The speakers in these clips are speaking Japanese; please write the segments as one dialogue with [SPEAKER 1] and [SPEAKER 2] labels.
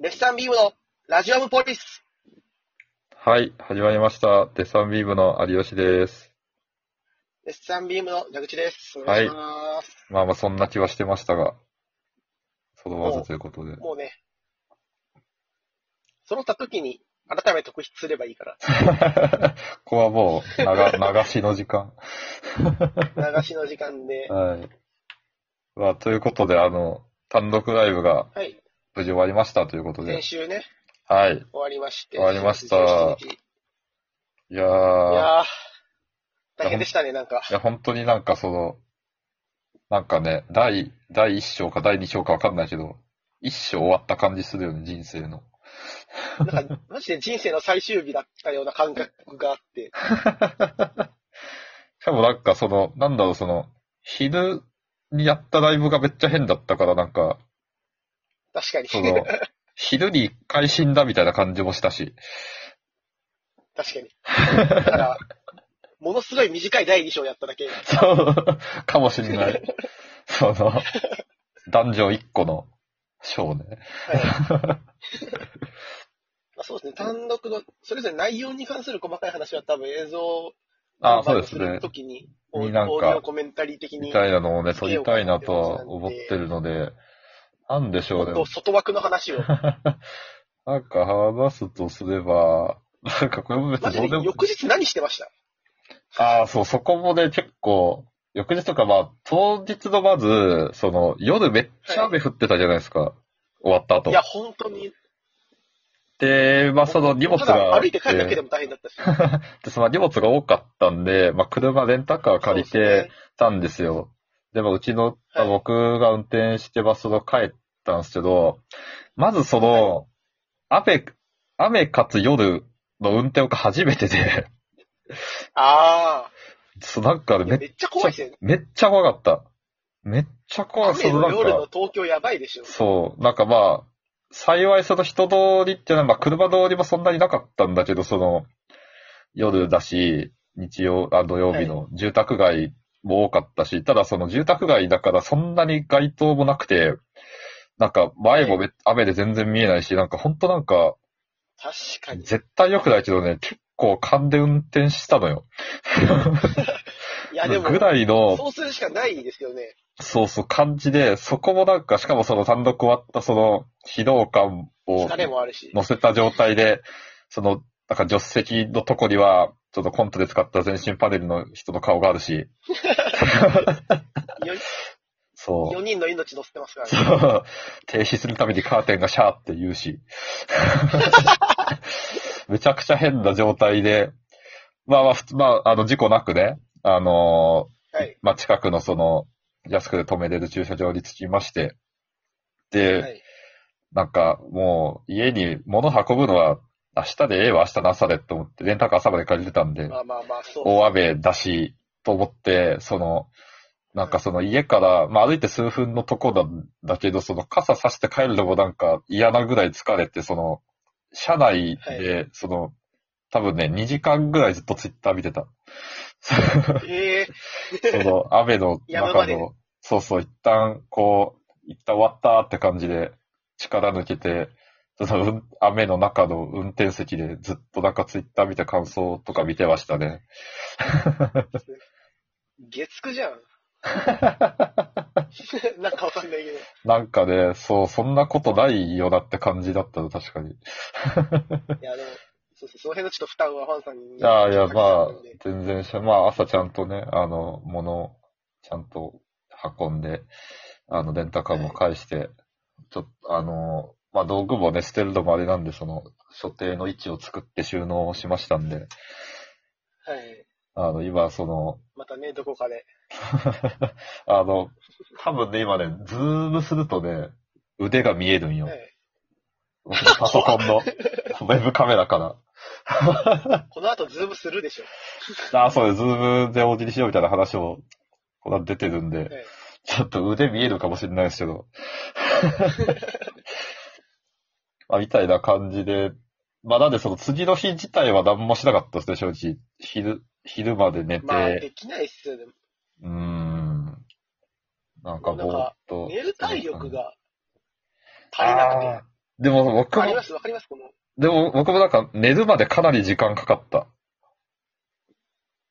[SPEAKER 1] デッサンビームのラジオムポリス。
[SPEAKER 2] はい、始まりました。デッサンビームの有吉です。
[SPEAKER 1] デッサンビームの矢口です。お
[SPEAKER 2] は
[SPEAKER 1] 願い
[SPEAKER 2] い
[SPEAKER 1] します。
[SPEAKER 2] まあまあ、そんな気はしてましたが、その技ということで。
[SPEAKER 1] もうね、揃った時に改めて特筆すればいいか
[SPEAKER 2] ここはもう、 流、流しの時間。
[SPEAKER 1] ら、流しの時間 で。
[SPEAKER 2] はい。まあ、ということで、あの、単独ライブが
[SPEAKER 1] はい、
[SPEAKER 2] 無事終わりましたということで
[SPEAKER 1] 先。週ね、
[SPEAKER 2] はい。
[SPEAKER 1] 終わりまして。
[SPEAKER 2] 終わりました
[SPEAKER 1] 17日
[SPEAKER 2] いや
[SPEAKER 1] い
[SPEAKER 2] ー、
[SPEAKER 1] やー、大変でしたね、なんか。
[SPEAKER 2] いや、本当になんかその、なんかね、第、第1章か第2章かわかんないけど、1章終わった感じするよね、人生の。
[SPEAKER 1] なんか、マジで人生の最終日だったような感覚があって。
[SPEAKER 2] しかもなんかその、なんだろう、その、昼にやったライブがめっちゃ変だったから、なんか、
[SPEAKER 1] 確かに。
[SPEAKER 2] そ の、昼に一回死んだみたいな感じもしたし、
[SPEAKER 1] 確かに。だから、ものすごい短い第2章やっただけ。
[SPEAKER 2] そう、かもしれない。その、ダンジョン1個の章ね。
[SPEAKER 1] まあ、そうですね、単独の、それぞれ内容に関する細かい話は多分映像
[SPEAKER 2] あ、そうです
[SPEAKER 1] る
[SPEAKER 2] ね。
[SPEAKER 1] ときに、オ
[SPEAKER 2] に
[SPEAKER 1] ー
[SPEAKER 2] な
[SPEAKER 1] デ
[SPEAKER 2] んか
[SPEAKER 1] ィオコメンタリー的に、
[SPEAKER 2] み
[SPEAKER 1] も
[SPEAKER 2] たいなのをね、撮りたいなとは思ってるので、なんでしょう
[SPEAKER 1] っ
[SPEAKER 2] ね。
[SPEAKER 1] と外枠の話 を、
[SPEAKER 2] なんか話すとすれば、なんかこれも別
[SPEAKER 1] マ
[SPEAKER 2] に
[SPEAKER 1] ジ
[SPEAKER 2] どう
[SPEAKER 1] で
[SPEAKER 2] でも、
[SPEAKER 1] 翌日何してました
[SPEAKER 2] ああ、そう、そこもね、結構、翌日とか、まあ、当日のまず、その、夜めっちゃ雨降ってたじゃないですか。終わった後
[SPEAKER 1] いや、。本当に、
[SPEAKER 2] で、まあ、その荷物
[SPEAKER 1] ただ
[SPEAKER 2] が、
[SPEAKER 1] 歩いて帰るだけで
[SPEAKER 2] で、
[SPEAKER 1] も大変だったし、
[SPEAKER 2] その荷物が多かったんで、まあ、車、レンタカー 借り
[SPEAKER 1] そうです
[SPEAKER 2] て
[SPEAKER 1] ね
[SPEAKER 2] たんですよ。でも、うちの、
[SPEAKER 1] はい
[SPEAKER 2] 僕が運転してバスの帰ったんですけど、まずその、雨、雨かつ夜の運転が初めてで、
[SPEAKER 1] あ
[SPEAKER 2] そう、なんか
[SPEAKER 1] あ、い
[SPEAKER 2] ねめ
[SPEAKER 1] や
[SPEAKER 2] っ
[SPEAKER 1] めっちゃ怖いですよね。
[SPEAKER 2] めっちゃ怖かった。めっちゃ怖かった。
[SPEAKER 1] 雨
[SPEAKER 2] そ
[SPEAKER 1] の
[SPEAKER 2] のなん
[SPEAKER 1] 夜
[SPEAKER 2] か
[SPEAKER 1] の東京やばいでしょ。
[SPEAKER 2] そう、なんかまあ、幸いその人通りっていうのは、まあ車通りもそんなになかったんだけど、その、夜だし、日曜、あ土曜日の住宅街も多かったし、ただその住宅街だからそんなに街灯もなくて、なんか前もめ、雨で全然見えないし、なんかほんとなんか、
[SPEAKER 1] 確かに。
[SPEAKER 2] 絶対良くないけどね、結構勘で運転したのよ。
[SPEAKER 1] いや、でも、
[SPEAKER 2] ぐらいの
[SPEAKER 1] そうするしかないですよね。
[SPEAKER 2] そうそう、感じで、そこもなんか、しかもその単独終わったその、疲労感を
[SPEAKER 1] 疲れもあるし。
[SPEAKER 2] 乗せた状態で、その、なんか助手席のとこには、ちょっとコントで使った全身パネルの人の顔があるし、そう
[SPEAKER 1] 4。人の命乗ってますからね。
[SPEAKER 2] そう 停止するためにカーテンがシャーって言うし、 めちゃくちゃ変な状態で、まあまあ、ふつまあ、あの、事故なくね、あのー
[SPEAKER 1] はい。
[SPEAKER 2] まあ、近くのその、安くで止めれる駐車場に着きまして、で、
[SPEAKER 1] はい
[SPEAKER 2] なんかもう家に物運ぶのは明日でええわ、明日の朝でと思って、レンタカー朝まで借りてたんで
[SPEAKER 1] ま、あまあまあ、そう。
[SPEAKER 2] 大雨だし、と思って、その、なんかその家から、まあ歩いて数分のとこなんだけど、その傘さして帰るのもなんか嫌なぐらい疲れて、その、車内で、その、多分ね、2時間ぐらいずっとツイッター見てた。
[SPEAKER 1] ええ
[SPEAKER 2] その雨の
[SPEAKER 1] 山
[SPEAKER 2] 中
[SPEAKER 1] まで
[SPEAKER 2] の、そうそう、一旦こう、一旦終わったって感じで、力抜けて、そのうん雨の中の運転席でずっとなんかツイッター見て感想とか見てましたね。
[SPEAKER 1] 月9じゃん。 なんかわかんないけど。
[SPEAKER 2] なんかね、そう、そんなことないよなって感じだったの、確かに。
[SPEAKER 1] いや、でも、そうそう、その辺のちょっと負担はファンさんに。
[SPEAKER 2] いやいや、まあ
[SPEAKER 1] かけてたんで、
[SPEAKER 2] 全然しゃ、まあ朝ちゃんとね、あの、物をちゃんと運んで、あの、レンタカーも返して、ちょっと、あの、まあ道具もね、捨てるのもあれなんで、その、所定の位置を作って収納をしましたんで、
[SPEAKER 1] はい。
[SPEAKER 2] あの、今、その、
[SPEAKER 1] またね、どこかで。
[SPEAKER 2] あの、多分ね、今ね、ズームするとね、腕が見えるんよ
[SPEAKER 1] は。
[SPEAKER 2] 僕のパソコンの、 ウェブカメラから。
[SPEAKER 1] いこの後、ズームするでしょ。
[SPEAKER 2] ああ、そうです。ズームで応じにしようみたいな話も、こんな出てるんで、
[SPEAKER 1] はい
[SPEAKER 2] ちょっと腕見えるかもしれないですけど。 まあ、みたいな感じで、まあ、なんでその次の日自体は何もしなかったですね、正直。昼、昼まで寝て、
[SPEAKER 1] まあ、できないっすよね。
[SPEAKER 2] うーん。なんかぼーっと。
[SPEAKER 1] 寝る体力が足りなくて。
[SPEAKER 2] あでも僕
[SPEAKER 1] わかり
[SPEAKER 2] も
[SPEAKER 1] ま、す、わかります、この、
[SPEAKER 2] でも僕もなんか寝るまでかなり時間かかった。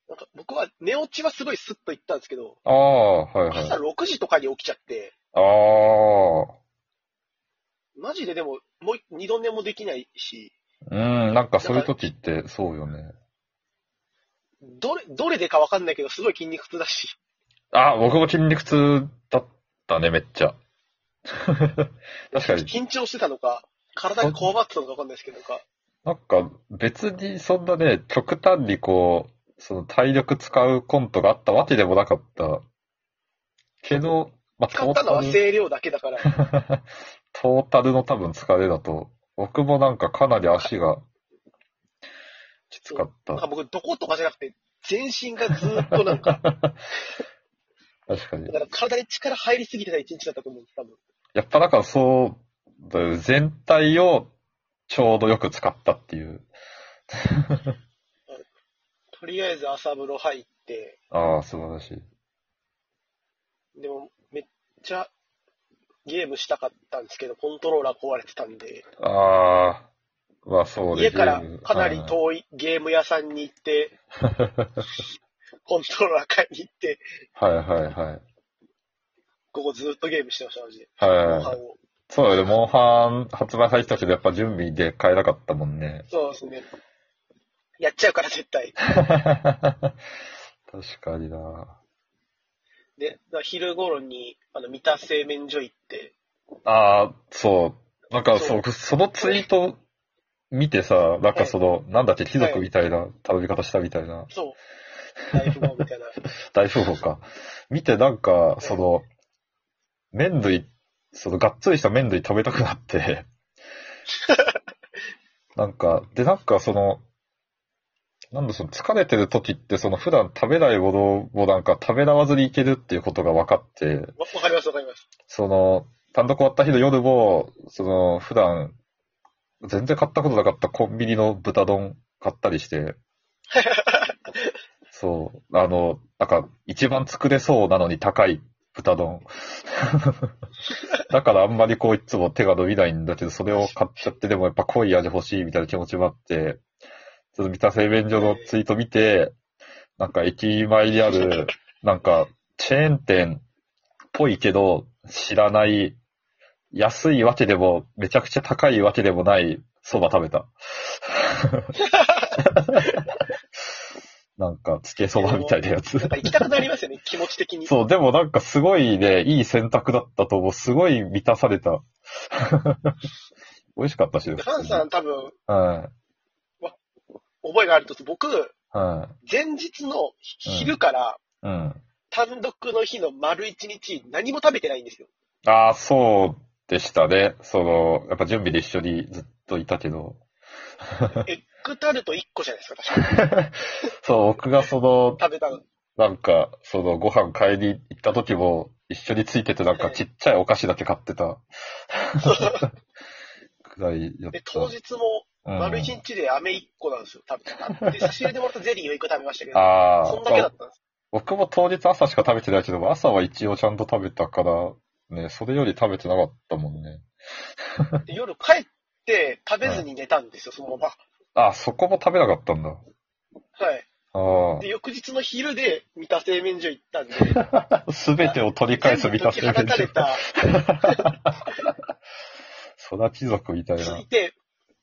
[SPEAKER 1] なんか僕は寝落ちはすごいスッと行ったんですけど、
[SPEAKER 2] ああ、はいはい。
[SPEAKER 1] 朝6時とかに起きちゃって、
[SPEAKER 2] ああ。
[SPEAKER 1] マジででも、もう二度寝もできないし、
[SPEAKER 2] うん、なんかそういう時ってそうよね。
[SPEAKER 1] どれ、どれでかわかんないけど、すごい筋肉痛だし、
[SPEAKER 2] あ、僕も筋肉痛だったね、めっちゃ。 確かに。
[SPEAKER 1] 緊張してたのか、体がこわばってたのかわかんないですけど、 なんか、
[SPEAKER 2] なんか別にそんなね、極端にこう、その体力使うコントがあったわけでもなかった。けど、まあ、
[SPEAKER 1] 使ったのは声量だけだから、
[SPEAKER 2] トータルの多分疲れだと、僕もなんかかなり足がきつかっ
[SPEAKER 1] なんか
[SPEAKER 2] た。
[SPEAKER 1] 僕、どことかじゃなくて、全身がずーっとなんか、
[SPEAKER 2] 確かに
[SPEAKER 1] だ。から体に力入りすぎてた一日だったと思うんです、多分。
[SPEAKER 2] やっぱだからそうだよ、全体をちょうどよく使ったっていう。
[SPEAKER 1] とりあえず朝風呂入って、
[SPEAKER 2] ああ、素晴らしい。
[SPEAKER 1] でも、めっちゃ、ゲームしたかったんですけど、コントローラー壊れてたんで、
[SPEAKER 2] ああ、まあそうで
[SPEAKER 1] 家
[SPEAKER 2] す
[SPEAKER 1] からかなり遠いゲーム屋さんに行って、 コントローラー買いに行って、
[SPEAKER 2] はいはいはい。
[SPEAKER 1] ここずっとゲームしてました、マジで。
[SPEAKER 2] はい
[SPEAKER 1] 後
[SPEAKER 2] はいはい
[SPEAKER 1] 半。を。
[SPEAKER 2] そうだよね、モンハン発売されてたけど、やっぱ準備で買えなかったもんね。
[SPEAKER 1] そうですね。やっちゃうから絶対。
[SPEAKER 2] 確かにな。
[SPEAKER 1] で、だから昼頃に、あの、三田製麺所行って、
[SPEAKER 2] ああ、そう。なんかそう、そのツイート見てさ、なんかその、なんだっけ、貴族みたいな食べ方したみたいな。
[SPEAKER 1] そう、ライフボーみたいな。
[SPEAKER 2] 大富豪か。見てなんか、その、麺類、その、がっつりした麺類食べたくなって。なんか、で、なんかその、なんだその、疲れてる時って、その、普段食べないものをなんか食べらわずにいけるっていうことが分かって、
[SPEAKER 1] わわかります、わかります。
[SPEAKER 2] その、単独終わった日の夜も、その、普段、全然買ったことなかったコンビニの豚丼買ったりして、そう、あの、なんか、一番作れそうなのに高い豚丼。だからあんまりこういつも手が伸びないんだけど、それを買っちゃって、でもやっぱ濃い味欲しいみたいな気持ちもあって、ちょっと三田製麺所のツイート見て、なんか駅前にある、なんか、チェーン店っぽいけど、知らない、安いわけでも、めちゃくちゃ高いわけでもない、蕎麦食べた。なんか、つけ蕎麦みたいなやつ
[SPEAKER 1] なん。か行きたくなります よね、気持ち的に。
[SPEAKER 2] そう、でもなんかすごいね、いい選択だったと思う。すごい満たされた。美味しかったし。
[SPEAKER 1] カンさん多分、
[SPEAKER 2] はい。
[SPEAKER 1] 覚えがあると、僕、
[SPEAKER 2] は
[SPEAKER 1] 前日の昼から、
[SPEAKER 2] い。うん。
[SPEAKER 1] 単独の日の丸一日、何も食べてないん ですよ。
[SPEAKER 2] ああ、そうでしたね。その、やっぱ準備で一緒にずっといたけど。
[SPEAKER 1] エッグタルト1個じゃないですか、確か
[SPEAKER 2] そう、僕がその、
[SPEAKER 1] 食べたの。
[SPEAKER 2] なんか、その、ご飯買いに行った時も、一緒についててなんかちっちゃいお菓子だけ買っ てた。くらいやっ
[SPEAKER 1] で、
[SPEAKER 2] た。
[SPEAKER 1] 当日も、
[SPEAKER 2] うん
[SPEAKER 1] 丸一日で飴1個なんですよ、食べた。で、差し入れでもらったゼリーを1個食べましたけど、
[SPEAKER 2] ああ、
[SPEAKER 1] そんだけだったんです。
[SPEAKER 2] 僕も当日朝しか食べてないけど、朝は一応ちゃんと食べたから、ね、それより食べてなかったもんね。
[SPEAKER 1] で夜帰って、食べずに寝たんですよ、そのま
[SPEAKER 2] あ、そこも食べなかったんだ。
[SPEAKER 1] ま。はい。
[SPEAKER 2] あ
[SPEAKER 1] で、翌日の昼で、三田製麺所行ったんで、
[SPEAKER 2] あ。すべてを取り返
[SPEAKER 1] 全
[SPEAKER 2] す
[SPEAKER 1] 部
[SPEAKER 2] み
[SPEAKER 1] 解
[SPEAKER 2] た
[SPEAKER 1] き
[SPEAKER 2] い
[SPEAKER 1] 放
[SPEAKER 2] な。
[SPEAKER 1] たれた、
[SPEAKER 2] そら貴族みたい
[SPEAKER 1] ついて、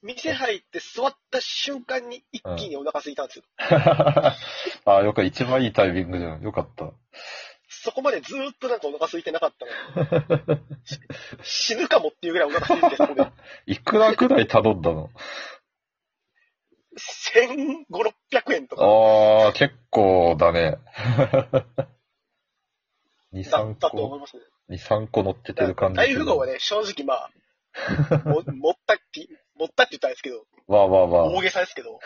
[SPEAKER 1] 店入って座った瞬間に一気にお腹空いたんですよ。
[SPEAKER 2] な。 あよく一番いいタイミングじゃん。よかった。
[SPEAKER 1] そこまでずーっとなんかお腹空いてなかったの。し死ぬかもっていうぐらいお腹空いてたので、
[SPEAKER 2] いくらくらい頼んだの
[SPEAKER 1] 1500、600円とか
[SPEAKER 2] ああ、結構だね。2、
[SPEAKER 1] だっ
[SPEAKER 2] 3
[SPEAKER 1] たと思
[SPEAKER 2] 個、
[SPEAKER 1] いますね。
[SPEAKER 2] 2、3個乗っけてる
[SPEAKER 1] だか
[SPEAKER 2] 感
[SPEAKER 1] ら
[SPEAKER 2] じ。
[SPEAKER 1] 大富豪はね、正直まあ、も 持ったって、持ったって言ったんですけど、
[SPEAKER 2] まあまあまあ
[SPEAKER 1] 大。げさですけど、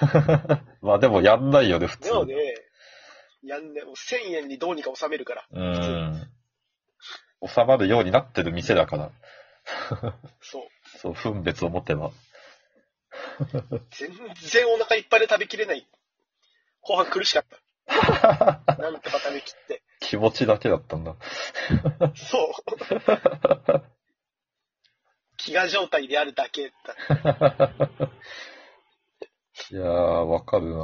[SPEAKER 2] まあでもやんないよね、普通。
[SPEAKER 1] なので、やんね、もう1000円にどうにか収めるから、
[SPEAKER 2] うーん。収まるようになってる店だから。
[SPEAKER 1] そう。
[SPEAKER 2] そう、分別を持てば。
[SPEAKER 1] 全然お腹いっぱいで食べきれない。後半苦しかった。なんとか食べきって。
[SPEAKER 2] 気持ちだけだったんだ。
[SPEAKER 1] そう。飢餓状態であるだけだ。
[SPEAKER 2] いやー、わかるな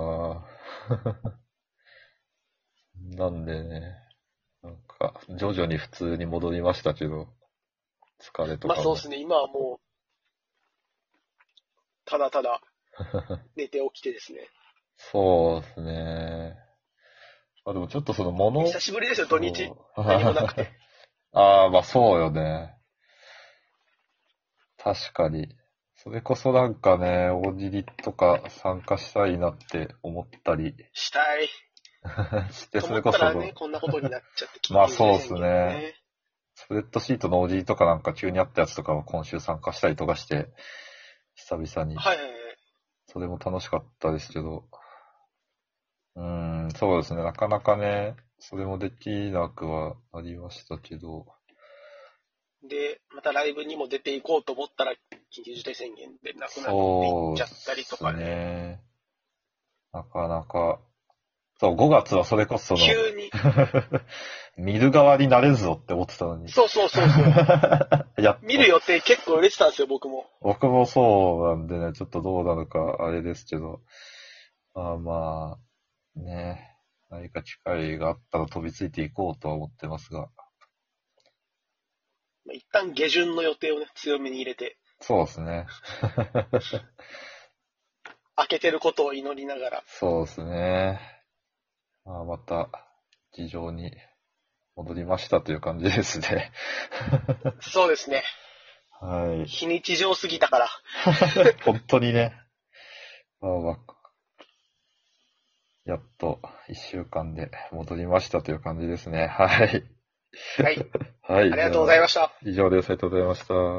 [SPEAKER 2] ー なんでね、なんか、徐々に普通に戻りましたけど、疲れと
[SPEAKER 1] ま
[SPEAKER 2] か
[SPEAKER 1] あそうですね、今はもう、ただただ寝て起きてですね。
[SPEAKER 2] そうですね。あ、でもちょっとその物を
[SPEAKER 1] 久しぶりですよ、土日。
[SPEAKER 2] そう
[SPEAKER 1] 何もな くて。
[SPEAKER 2] ああ、まあそうよね。確かに。それこそなんかね、大喜利とか参加したいなって思ったり
[SPEAKER 1] したい。
[SPEAKER 2] して、
[SPEAKER 1] と
[SPEAKER 2] そ
[SPEAKER 1] 思
[SPEAKER 2] れ
[SPEAKER 1] っ
[SPEAKER 2] こ
[SPEAKER 1] た
[SPEAKER 2] そ、
[SPEAKER 1] らね、こんなことになっちゃってきて
[SPEAKER 2] まあそうっすね。スプレッドシートの大喜利とかなんか急にあったやつとかを今週参加したりとかして、久々に。
[SPEAKER 1] はいはいはい。
[SPEAKER 2] それも楽しかったですけど。うーん、そうですね。なかなかね、それもできなくはなりましたけど。
[SPEAKER 1] で、またライブにも出ていこうと思ったら、緊急事態宣言でなくなってい
[SPEAKER 2] そ
[SPEAKER 1] っ
[SPEAKER 2] う
[SPEAKER 1] ちゃったりとか
[SPEAKER 2] です
[SPEAKER 1] ね。
[SPEAKER 2] ね。なかなか。そう、5月はそれこそその、
[SPEAKER 1] 急に。
[SPEAKER 2] 見る側になれるぞって思ってたのに。
[SPEAKER 1] そうそうそう そう。
[SPEAKER 2] やっと
[SPEAKER 1] 見る予定結構売れてたんですよ、僕も。
[SPEAKER 2] 僕もそうなんでね、ちょっとどうなのかあれですけど、まあまあ、ね、何か機会があったら飛びついていこうとは思ってますが、
[SPEAKER 1] まあ一旦下旬の予定をね、強めに入れて、
[SPEAKER 2] そうですね。
[SPEAKER 1] 開けてることを祈りながら。
[SPEAKER 2] そうですね。まあまた、地上に戻りましたという感じですね。
[SPEAKER 1] そうですね。
[SPEAKER 2] はい。
[SPEAKER 1] 非日常すぎたから。
[SPEAKER 2] 本当にね。まあまあ、やっと一週間で戻りましたという感じですね。はい。
[SPEAKER 1] はい。
[SPEAKER 2] はい。
[SPEAKER 1] ありがとうござい
[SPEAKER 2] ま
[SPEAKER 1] ました。
[SPEAKER 2] す。以上です。ありがとうございました。